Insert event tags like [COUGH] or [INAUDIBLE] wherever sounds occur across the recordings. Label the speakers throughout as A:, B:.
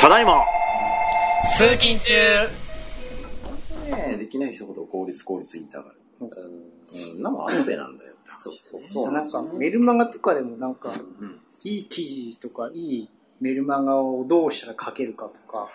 A: ただいま
B: 通勤中
A: ねできない人ほど効率効率言いたがる。うん、なんか後でなんだよって話。そう
C: そうなんかメルマガとかでもなんか、
A: ん
C: いい記事とかいいメルマガをどうしたら書けるかとか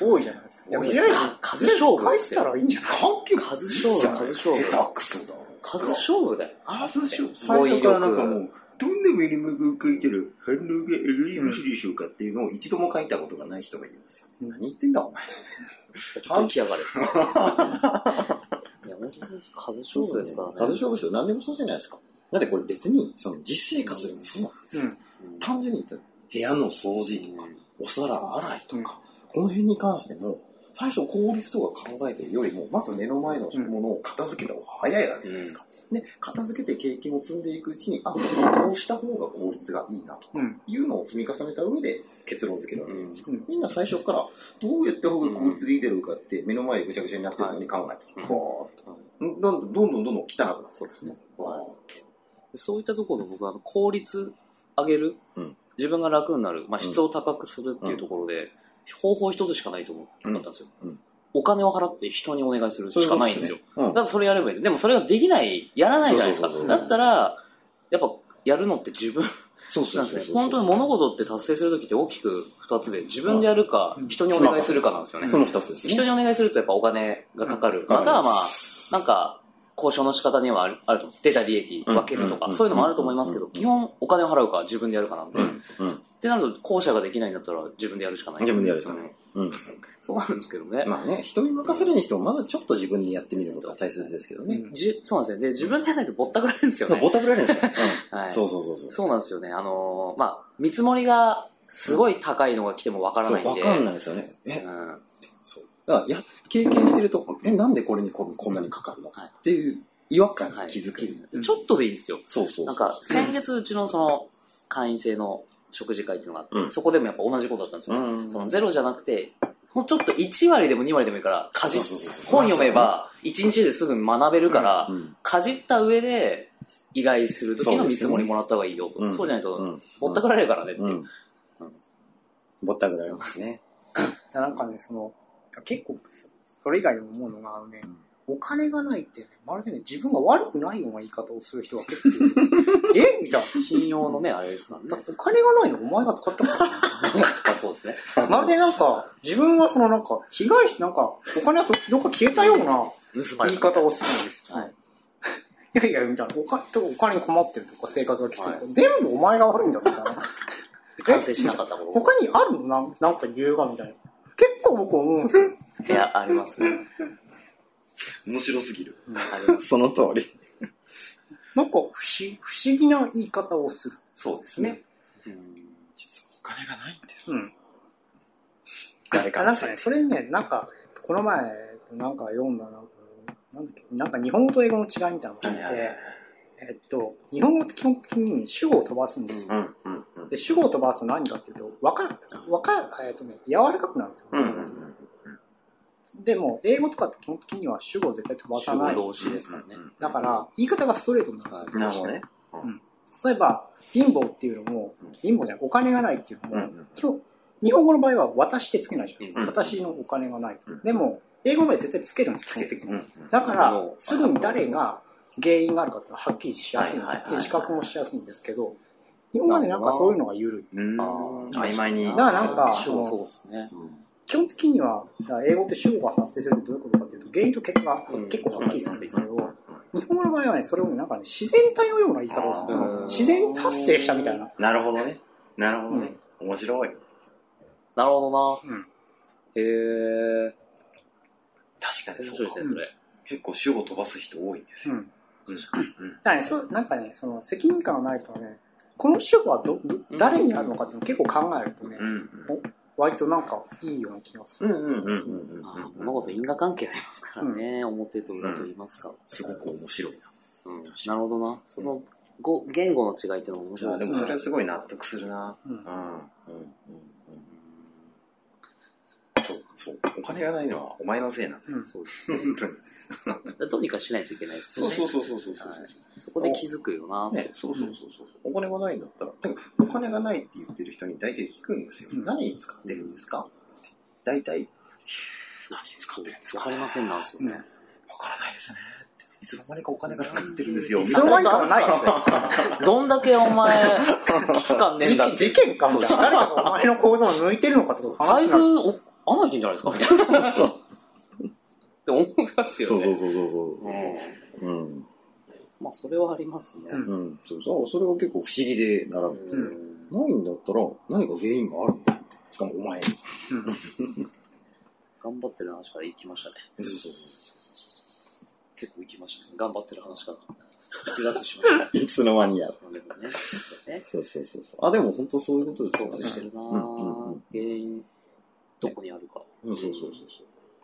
C: 多いじゃないですか。いやとりあえず
D: 数勝負
C: 書
D: で
C: い
D: す
C: て
D: よ
C: たらいいんじゃない
D: 数勝負、数勝負。
A: 下手くそだ。
D: 数勝負だよ。
A: ああ、そうでしょ。最初からなんかもう、どんなメルマガを書いたら反応がエグリムシでしょうかっていうのを一度も書いたことがない人がいるんですよ。何言ってんだお前。
D: ちょっと来や
C: [LAUGHS]
D: がれ。いや、本当そうです。数勝負ですからね。
A: 数勝負ですよ。何でもそうじゃないですか。だってこれ別に、その実生活でもそうなんですよ。
D: うん
A: 単純に言ったら部屋の掃除とか、お皿洗いとか、この辺に関しても、最初効率とか考えてるよりも、まず目の前のものを片付けた方が早いわけじゃないですか。で、片付けて経験を積んでいくうちに、あ、こうした方が効率がいいなとか
C: うん、
A: いうのを積み重ねた上で結論付けるわけじゃないですか
C: うん。
A: みんな最初から、どうやった方が効率がいいだろうかって、目の前でぐちゃぐちゃになってるのに考えてる、
D: うん
A: ボーってどんどんどんどんどんどん汚くなるそうですね。
D: そういったところの僕はあの効率上げる、
A: うん
D: 自分が楽になる、まあ、質を高くするっていうところで、方法一つしかないと思ったんですよ、
A: うん
D: お金を払って人にお願いするしかないんですよ。
A: そういうことですねうん
D: だからそれやればいいですでもそれができない、やらないじゃないですか。
A: そうそうそう
D: だったら、やっぱやるのって自分
A: そう
D: なんですね。本当に物事って達成するときって大きく二つで、自分でやるか
C: う、ん
D: 人にお願いするかなんですよね。
A: その二つです
D: 人
A: ね。
D: にお願いするとやっぱお金がかかる。
A: うん
D: またはまあ、なんか、交渉の仕方にはあるあると思うんです。出た利益分けると
A: うん
D: か、そういうのもあると思いますけど、
A: うん
D: 基本お金を払うか自分でやるかなんで。
A: う
D: っ
A: んうん
D: てなると、後者ができないんだったら自分でやるしかない。
A: 自分でやるしかない。うん。
D: そうなるんですけどね。
A: まあね、人に任せるにしても、まずちょっと自分でやってみることが大切ですけどね。
D: じそうなんですよね。で、自分でやらないとぼったくられるんですよ
A: ぼ
D: ね。
A: ったくられるんですよ。
D: は
A: うん
D: い。
A: そうそうそうそう。
D: そうなんですよね。あのーまあ、見積もりがすごい高いのが来てもわから
A: そ、
D: ないう
A: わ
D: んで。
A: かんないですよね。え、
D: うん
A: そう。だから、いや、経験してると、え、なんでこれにここんなにかかるの
D: はい
A: っていう違和感
D: は
A: に
D: い、
A: 気づく。
D: ちょっとでいいんですよ。
A: そうそうそう。
D: なんか、先月うちのその、会員制の食事会っていうのがあって、
A: うん
D: そこでもやっぱ同じことだったんです
A: う
D: よね。
A: ん、
D: そのゼロじゃなくて、ほんとちょっと1割でも2割でもいいから、かじ
A: そうそうそう
D: 本読めば、1日ですぐ学べるから、
A: うん
D: かじった上で、依頼する時の見積もりもらった方がいいよと。そう,、
A: うん
D: じゃないと、
A: うん
D: ぼったくられるからねっていう。
A: うんぼったくられますね。
C: なんかね、その、結構、そそれ以外でも思うのが、あのね、お金がないってね、まるでね、自分が悪くないような言い方をする人が結構いる、 [LAUGHS] えみたい
D: 信用のね、あれですからね
A: [LAUGHS]
C: な。だ。ってお金がないのお前が使ったから。
D: まあそうですね。
C: まるでなんか、自分はそのなんか、被害者、なんか、お金はどどっか消えたような
D: 盗まれ
C: 言い
D: た。
C: 方をするんですよ。
D: はい
C: い、やいや、みたいな。お金とお金に困ってるとか、生活がきついとか、
D: は
C: 全部お前が悪いんだ、みたいな。
D: 完成しなかったこと。
C: 他にあるのなんなんか理由が、みたいな。結構僕思うんですよ。
D: いや、ありますね。
A: 面白すぎる。
D: あります。
A: [LAUGHS] その通り。
C: なんか不思、不思議な言い方をする。
A: そうですね。実はお金がないんです。
C: うん。
A: 誰か
C: あなんかね、それね、なんか、この前、なんか読んだ、なんか、なんだっけ、なんか日本語と英語の違いみたいなのがあっ
A: はいはいは
C: て、えっと、日本語って基本的に主語を飛ばすんですよ。
A: んうんうん
C: で、主語を飛ばすと何かっていうと、わかる、わかる、えっとね、柔らかくなると。
A: うんうん
C: でも、英語とかって基本的には主語を絶対飛ばさない。
D: 動詞ですからね。
C: だから、言い方がストレートになるんですよ。
A: なるほどね。
C: 例えば、貧乏っていうのも
A: うん、
C: 貧乏じゃない、お金がないっていうの
A: うん
C: も
A: うんうん、
C: 今日、日本語の場合は私ってつけないじゃ
D: うん
C: ん。私のお金がない
A: うん。
C: でも、英語の場合絶対つけるんです、基本的に。だか
D: う
C: ら
D: ん、
C: すぐに誰が原因があるかっていうのははっきりしやすいん
D: はいはい
C: で
D: はい
C: す。で、自覚もしやすいんですけど、日本までなんかそういうのが緩い。
A: うん
D: あー
A: 曖昧に。
C: だからなんか
D: 主語そうですね。
C: 基本的には、だから英語って主語が発生するってどういうことかっていうと、原因と結果が
D: うん
C: 結構はっきりするんですけど、日本語の場合はね、それをなんかね、自然体のような言い方をするんです
D: うん
C: よ。自然達成したみたいな。
A: なるほどね。なるほどね。面白い。
D: なるほど
C: うん
D: な。へえ。
A: 確か
D: 面
A: に
D: 白
A: そ
D: いうで
A: か
D: すね、それ。
A: 結構主語飛ばす人多いんです
C: う
A: よ。
C: ん。
A: うん
C: だからね、そうなんかね、その責任感がないとね、この主語はどど誰にあるのかっていうのを結構考えるとね、
A: うん
C: 割となんかいいような気がす
A: う
C: る。
A: んうんうんうん
D: あー物事因果関係ありますからね。表と裏と言いますか。
A: すごく面白い
D: うんなるほどな。その、ご言語の違いっていうのも面白
A: な。
D: い
A: あ
D: で
A: で
D: ね。
A: すもそれはすごい納得するな。
C: うん
A: うんうんそうそう。お金がないのはお前のせいなんだよ。
C: うん
D: そうです
A: 本当に。
D: どうにかしないといけないです
A: そ
D: よ
A: う
D: ね。
A: そうそうそうそうそう。
D: そこで気づくよな。
A: ね、そうそうそうそう、お金がないんだったら、てかお金がないって言ってる人に大体聞くんですよ。
C: うん
A: 何に使ってるんですか
E: 大体、何に使ってるんです
D: わ
E: か
D: かりませんなんですよね。
E: わからないですねって。いつの間にかお金がなくなってるんですよ。
C: いつの間にかはないよ
D: [LAUGHS]
C: ね。
D: どんだけお前、期間ねえん
C: 事
D: だっ
C: 件
D: て。
C: 事件かみたいな。誰かがお前の構造を抜いてるのかとか
D: だ
C: 話
D: い
C: になる。
D: ぶ、お、甘えてんじゃないですかみたいな。って思いますよ
A: そう
D: ね。
A: そうそうそうそうう。
D: ん
A: うん。
D: まあ、それはありますね。
C: うん
A: うん。そうそう。それが結構不思議でならなくて。
C: うん
E: ないんだったら、何か原因があるんだって。しかもお前に。そう
D: 頑張ってる話から行きましたね。
E: そうそう
D: 結構行きましたね。頑張ってる話から。逸脱しましたね。
A: いつの間にやる。
D: なるほ [LAUGHS] どね。ね
A: そうそうそうそう。あ、でも本当そういうことです
D: そ
A: よ
D: う
A: ね。
D: してるな
A: うんうんう
D: ぁ
A: ん。
D: 原因、どこにあるか。
A: うん、そうそうそう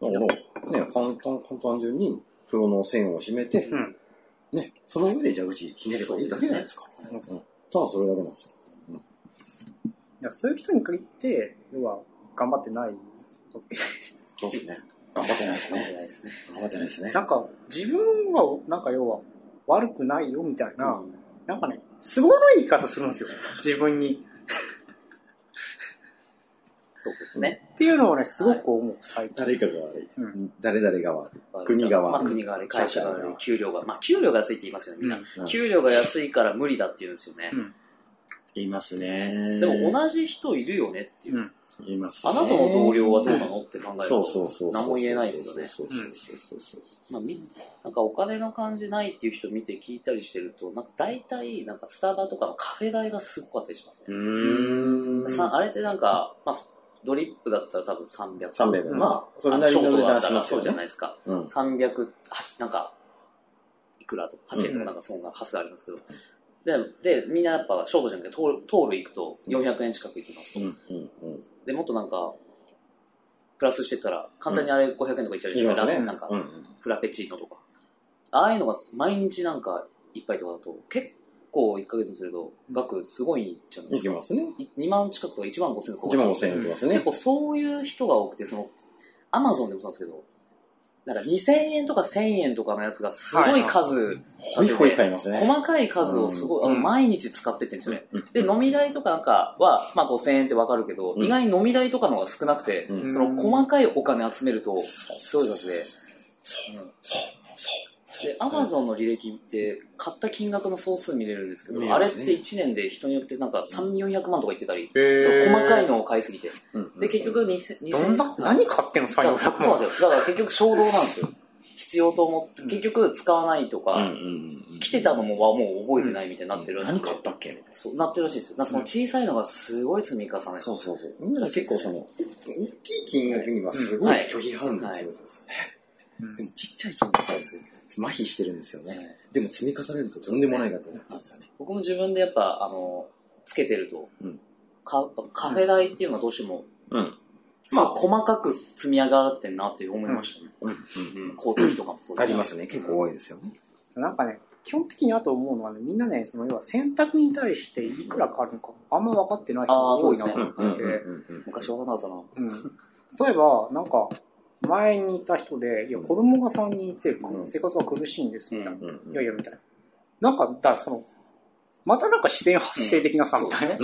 A: そう。だから、ね、簡単、簡単純に風呂の線を閉めて、
C: うん
A: ね、その上で蛇口ひねればいいだけじゃないですか。
C: そうです
A: うんただそれだけなんですよ。
C: いやそういう人に限って、要は、頑張ってない。
E: そうですね。頑張ってないです
D: 考えて
E: ね。
D: ないですね。
E: 頑張ってないですね。
C: なんか、自分は、なんか要は、悪くないよみたいな、
D: うん
C: なんかね、都合のいい言い方するんですよ。自分に。
D: そうですね。
C: っていうのをね、すごく思う、最近。
A: 誰かが悪い。
C: う
A: 誰々が悪い。国が
D: まあ、
A: 悪い。
D: 国が悪い、会社が
A: 社会が
D: 悪
A: 悪
D: い、
A: い
D: 給料が。まあ、給料が安いって言いますよね、みんな。
A: うん
D: 給料が安いから無理だって言うんですよね。
A: いますね
D: でも、同じ人いるよねっていう。
C: うん
A: います
D: あなたの同僚はどうなのって考えると、
A: そうそうそう。
D: 何も言えないですよね。
A: そうそうそうそうそう
D: まあ、みなんかお金の感じないっていう人見て聞いたりしてると、なんか大体、なんかスタバとかのカフェ代がすごかったりしますね。
A: うーん。
D: さあれってなんか、まあ、ドリップだったら多分300。
A: 3名分。まあ、それ
D: あ
A: な
D: の
A: り
D: ショ
A: の
D: ート
A: 値
D: だ
A: 段
D: った
A: し
D: ら
A: ます
D: そう
A: よ
D: じゃ
A: ね
D: ない。ですか。
A: うん。
D: 308、なんか、いくらとか、8円と
C: う
D: か
C: ん
D: なんかそんな発想ありますけど。で、で、みんなやっぱ、ショートじゃなくて、トール、トール行くと400円近く行きますと。
A: うんうんうん。
D: で、もっとなんか、プラスしてったら、簡単にあれ500円とかいっちゃうじ
A: 言
D: ゃ
A: い
D: ない
A: ま
D: ですすか。
A: ね。
D: なんか
A: う、ん
D: フラペチーノとか。ああいうのが毎日なんか一杯とかだと、結構1ヶ月にすると、額すごいじゃない
A: うん。
D: で
A: い
D: す
A: き
D: か。
A: ますね。
D: 2万近くとか1万5千とか。
A: 1万5000円いきますね
D: 結。構そういう人が多くて、その、アマゾンでもそうなんですけど、なんか2000円とか1000円とかのやつがすごい数、
A: ほいほい買いますね。
D: 細かい数をすごい、あの
C: うん
D: 毎日使ってってんですよね。
A: うん
D: で、飲み代とかなんかは、まあ5000円ってわかるけど、
A: うん
D: 意外に飲み代とかの方が少なくて、
A: うん
D: その細かいお金集めると、すごいですね。
A: そう
D: うん
A: そうそう。
D: で、アマゾンの履歴って、買った金額の総数見れるんですけど、
A: 見れ
D: あ
A: ま
D: れっ
A: す
D: て
A: ね
D: 1年で人によってなんか3、400万とか言ってたり、そ
C: へ
D: の細かいのを買いすぎて。
A: うん
D: で、結局2000、2000
C: どんだ、何買ってんの、
D: だ
C: 最
D: から
C: 後。
D: そうなんですよ。だから結局衝動なんですよ。必要と思って、結局使わないとか、
A: うんうんうん。
D: 来てたのもはもう覚えてないみたいになってるらしい、
A: 何買ったっけ
D: そう、なってるらしいですよ。なんかその小さいのがすごい積み重ね。
A: そうそうそう。みんな結構その、大きい金額にはすごい拒否反応するんですよ。
C: うん
A: でもちっちゃい金額は麻痺してるんですよね。
D: ね
A: でも積み重ねるととんでもない額になったんですよね。
D: 僕も自分でやっぱ、あの、つけてると、
A: うん
D: かカフェ代っていうのはどうしても、
A: うん。
D: まあ、細かく積み上がってんなって思いましたね。
A: うんうん。
D: うん、交通費とかもそう
A: あ
D: だし
A: りますね。結構多いですよね。
C: なんかね、基本的にあと思うのはね、みんなね、その要は選択に対していくらかかるのか、あんま分かってない人が多いなと思って
D: あーそう
C: て、
D: で昔わかんなかったな。
C: うん例えば、なんか、前にいた人で、いや、子供が3人いて、
A: うん
C: 生活が苦しいんです、みたいな。
A: うん
C: いやいや、みたいな。なんか、だからその、またなんか自然発生的なさ、みたいな。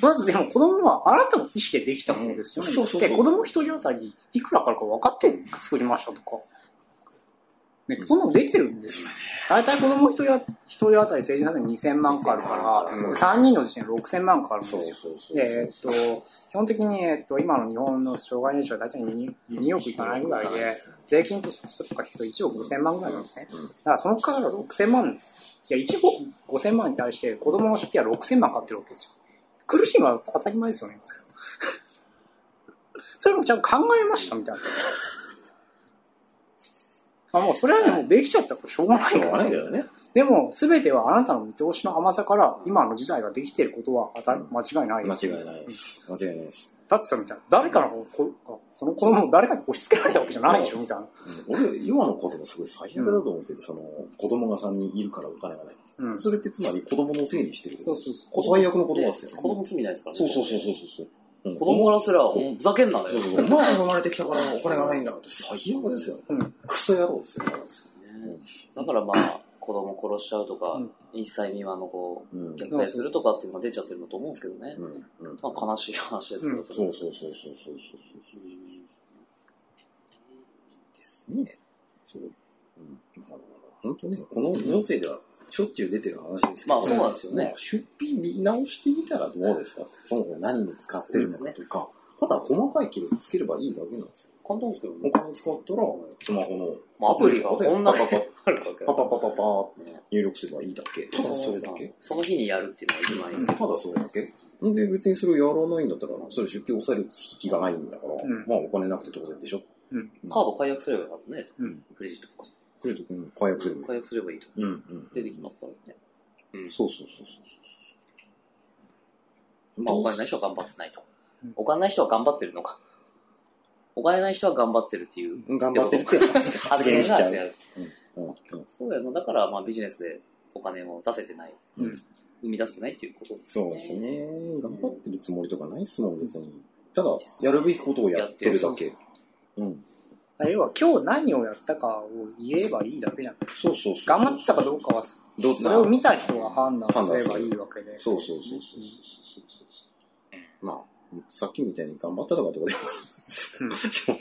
C: まずでも子供はあなたの意思でできたものですよね。
A: そうそうそう
C: で、子供一人当たりいくらかかるか分かって作りましたとか。ね、そんなの出てるんですよ。大体子供一人あ一人当たり成人さん2000万かかるから、
A: うん
C: 3人の時点で6000万かかるん
A: そう
C: ですよ。
A: そうそう。
C: で、えっと、基本的に、えっと、今の日本の障害年収は大体 2, 2億いかないぐらいで、税金とそれとか引くと1億5000万ぐらいなんですね。だからそのから6000万、いや、1億5000万に対して子供の出費は6000万かかってるわけですよ。苦しいのは当たり前ですよね、みた [LAUGHS] いな。それもちゃんと考えました、みたいな。まあもうそれはね、もうできちゃったからしょうがないんだ
A: しょうがないけどね。
C: でも、すべてはあなたの見通しの甘さから、今の事態ができていることは当たり間違いないで
A: 間
C: す。
A: 違いないです。間違いないです。
C: だってさ、みたいな。誰かの子、こその子供を誰かに押し付けられたわけじゃないでしょ、みたいな。
A: 俺、今の子とかすごい最悪だと思ってて、その、子供が3人いるからお金がないって。
C: うん。
A: それってつまり子供のせいにしてる。
C: そうそうそ
A: こ最悪の言葉ですよ
D: 子。供罪ないですからね。
A: そうそうそうそうそう。うん
D: 子供からすら、ふざけんな
A: そ
D: だ
A: う
D: よ。
A: そうそうお前が生まれてきたからお金がないんだって最悪ですよ。
C: うん
A: クソ野郎ですよ。
D: ねだからまあ、子供殺しちゃうとか
C: うん、
D: 1歳未満の子を
A: うん
D: 虐待するとかっていうのが出ちゃってるんだと思うんですけどね。
A: うんうん
D: まあ悲しい話ですけ
C: う
D: ど、
C: ん
D: それ
A: そうそうそうそうそうそうそう
E: ですね。
A: そう。うん。だから本当ね、この音声ではしょっちゅう出てる話ですけど、
D: まあそうなんですよね
A: まあ出費見直してみたらどうですかその何に使ってるのかとか、ただ細かい記録つければいいだけなんですよ。
D: 簡単ですけどね
A: お。金使ったら、スマホ
D: まあアプリが
A: アプリ
D: こんなのがあるわけ
A: のパパパパパーって
D: ね
A: 入力すればいいだけ。ただそれだけ。
D: その日にやるっていうのが一番いいです
A: ただそれだけ。んで、別にそれをやらないんだったら、それ出費抑える引きがないんだから、
C: ん
A: まあお金なくて当然でしょ。
D: カード解約すればよかったね。
C: うん
D: クレジットとか。
A: クレジット、うん、解約すればいい。
D: 解約すればいいと。
A: うんうん。
D: 出てきますからね。
A: そうそうそうそうそう。
D: まあ、お金ない人は頑張ってないと
C: うん。
D: お金ない人は頑張ってるのか。お金ない人は頑張ってるっていう。
A: 頑張ってるって発言しちゃう。
D: う。そうだよな。だから、まあ、ビジネスでお金を出せてない。
A: うん
D: 生み出せてないっていうことです
A: そうですね。頑張ってるつもりとかないっすもん、別に。ただ、やるべきことをやってるだけ。うん。
C: だから要は今日何をやったかを言えばいいだけじゃん。
A: そうそうそう。
C: 頑張ってたかどうかは、そ
A: どう
C: れを見た人が判断すればいいわ
D: [LAUGHS]
C: けで。
A: そうそうそうそうそうそうそう。まあ、さっきみたいに頑張ったとかとかでも
C: うん
A: 正直。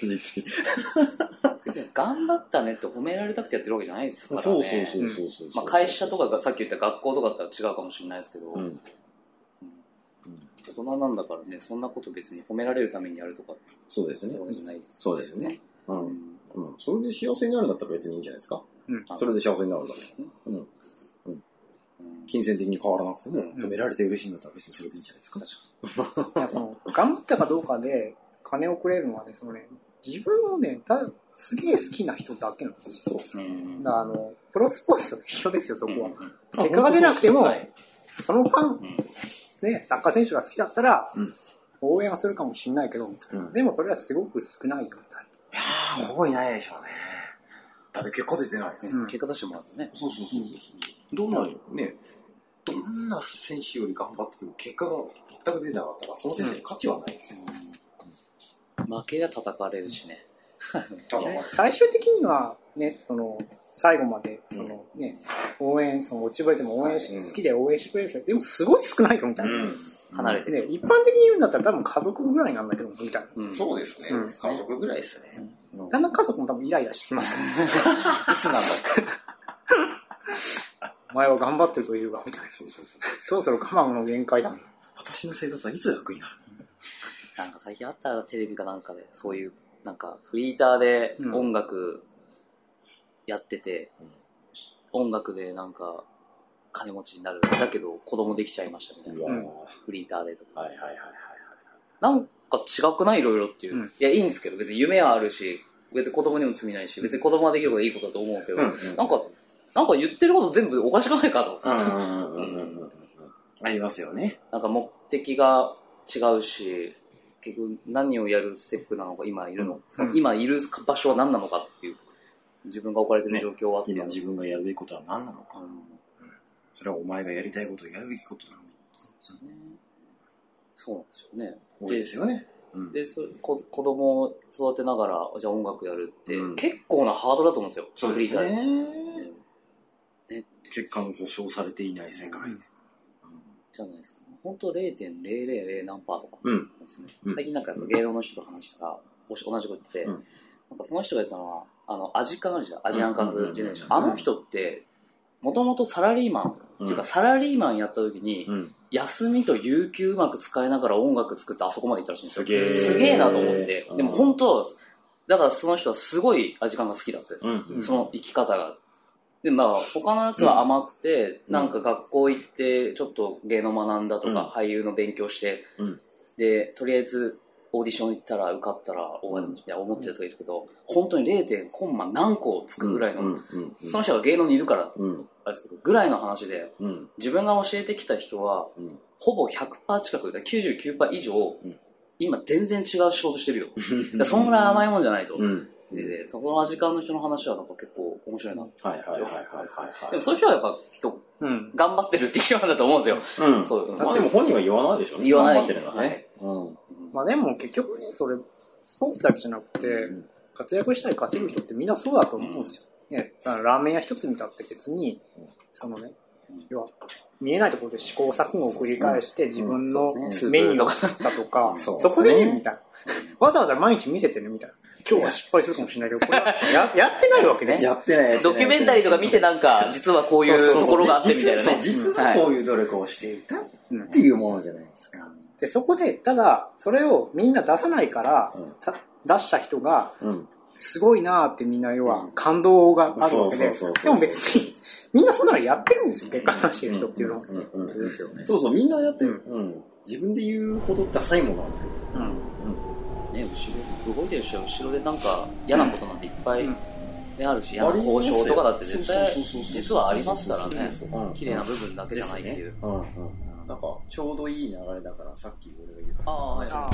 D: 別に頑張ったねって褒められたくてやってるわけじゃないですからね。
A: そうそうそうそうそう。
D: まあ、会社とかがさっき言った学校とかだったら違うかもしれないですけど、
A: うん。
D: 大人なんだからね、そんなこと別に褒められるためにやるとかって
A: そうですね
D: わ。けじゃないです。
A: そうですね。う。
D: うんん。
A: うん。それで幸せになるんだったら別にいいんじゃないですか。
C: うん
A: それで幸せになるんだったら。
D: うん
A: 金銭的に変わらなくても、
C: ん
A: 褒められて嬉しいんだったら別にそれでいいじゃないですか。
C: いやその頑張ったかどうかで金をくれるのはね、そのね、自分をね、たすげえ好きな人だけなんですよ。
A: そうです
D: う
A: ね。
D: ん
C: だからあの、プロスポーツと一緒ですよ、そこは。
D: うん
C: 結果が出なくても、
D: はい
C: そのファン、
D: うん
C: ね、サッカー選手が好きだったら、
A: うん
C: 応援はするかもしれないけど、みたいな
A: うん
C: でもそれはすごく少ないよ、みたい
E: ああ、ほぼいないでしょうね。だって結果出てないです。
C: うん
D: 結果出してもらってね。
E: そうそうそうそう。どんな、ね、どんな選手より頑張ってても結果が全く出てなかったら、その選手に価値はないですよ。
D: 負けりゃ叩かれるしね。
E: ただ
C: な、最終的には、ね、その、最後まで、そのね、応援、その落ちぶれても応援し、
A: うん
C: 好きで応援してくれる人、でもすごい少ないよ、みたいな。
D: 離れて
C: ね
D: る。、
C: 一般的に言うんだったら多分家族ぐらいなんだけど、みたいな。
D: うんい
E: そうですね。
C: うん
E: 家族ぐらいですよね。
C: だんだん家族も多分イライラしてきます、
D: つなんだ
C: お前は頑張ってるというが、みたいな。
E: そうそうそう。
C: そろそろ我慢の限界だ。
E: 私の生活はいつ楽になる
D: なんか最近あったテレビかなんかで、そういう、なんかフリーターで
C: うん
D: 音楽やってて、音楽でなんか金持ちになる。だけど子供できちゃいましたみたいな。
A: うわー
C: うん
D: フリーターでとか。
E: はいはいはいはい。
D: なんか違くないいろいろっていう。
C: うん
D: いや、いいんですけど、別に夢はあるし、別に子供にも罪ないし、別に子供ができることはいいことだと思うんですけど、なんか、なんか言ってること全部おかしくないかと。
A: うんうんうんうんうん。
E: ありますよね。
D: なんか目的が違うし、結局何をやるステップなのか、今いるの、その今いる場所は何なのかっていう、自分が置かれてる状況はっていう
E: 今
D: のは、
E: 自分がやるべきことは何なのか。それはお前がやりたいこと、やるべきことなのに。
D: そうなんですよね。
E: 多いですよね。うん
D: で、そこ子供を育てながら、じゃあ音楽やるって、
A: うん
D: 結構なハードルだと思うんですよ。
E: そうです
D: フリー
E: ね。
D: ターで
E: 結果も保証されていない世界。
D: じゃないですか。本当0.000何パーとか。
A: うん。
D: ですね
A: うん
D: 最近なんかやっぱ芸能の人と話したら、おし同じこと言ってて、
A: うん
D: なんかその人が言ったのは、あの、アジカンあるじゃん、アジアンカン
A: うんうんうんう
D: ズジェ
A: ん
D: ネレーション。あの人って、もともとサラリーマン、っていうかサラリーマンやった時に、
A: うん。
D: 休みと有給うまく使いながら音楽作ってあそこまで行ったらしいんですよ。
A: すげー
D: すげえなと思って
A: う。ん
D: でも本当、だからその人はすごいアジカンが好きだって。
A: うん。
C: ん
D: その生き方が。で、まあ、他のやつは甘くて、
A: うん
D: なんか学校行って、ちょっと芸能学んだとか、
A: うん
D: 俳優の勉強して、
A: うん
D: で、とりあえず、オーディション行ったら受かったら終わるみたいな思ってるやつがいるけど、本当に 0. コンマ何個つくぐらいの、
A: うんうん
D: その人が芸能にいるから、
A: うん。
D: あれですけど、ぐらいの話で、
A: うん。
D: 自分が教えてきた人は、
A: うん
D: ほぼ100%近く、だから99%以上、
A: うん
D: 今全然違う仕事してる
A: [LAUGHS]
D: よ。だからそんぐらい甘いもんじゃないと。
A: うん。
D: でで、そこのアジカンの人の話はなんか結構面白いな。
A: はいはいはいはい
D: でもそういう人はやっぱ人、
C: うん。
D: 頑張ってるって人なんだと思うんですよ。
A: はい。うん。
D: そう。
A: まあでも本人は言わないでしょ。
D: 言わない
A: 頑張ってるんだね。うん。
C: まあでも結局ね、それ、スポーツだけじゃなくて、活躍したり稼ぐ人ってみんなそうだと思うんですよ。ね、あのラーメン屋一つ見たって別に、そのね、要は、見えないところで試行錯誤を繰り返して自分の
D: そうですね
C: メニューを作ったとか、
E: そう
C: そこでいいみたいな。わざわざ毎日見せてねみたいな。今日は失敗するかもしれないけど、これはややってないわけね。
A: やってない。
D: ドキュメンタリーとか見てなんか、実はこういうところがあってみたいなね。
A: 実はこういう努力をしていたっ
C: うん
A: ていうものじゃないですか。
C: で、そこで、ただ、それをみんな出さないから、
A: うん
C: た出した人が、
A: うん。
C: すごいなーってみんな要は感動があるわけ
A: そ
C: で
A: うそうそうそう、
C: でも別に、みんなそんなのやってるんですよ、結果出してる人っていうのは。
A: うんうんうん
D: ですよね。
A: そうそう、みんなやって
C: うん
A: る。うん。自分で言うほどダサいものはない。
C: うん
D: ね、後ろ、動いてる人は後ろでなんか嫌なことなんていっぱい
C: うん
D: ねあるし、嫌な交渉とかだって絶対
A: そうそうそうそう
D: 実はありますからね。
A: うん
D: 綺麗な部分だけじゃないっていう。
A: うんうん。なんか、ちょうどいい流れだから、さっき俺が言った。
D: ああ、はい。
C: あー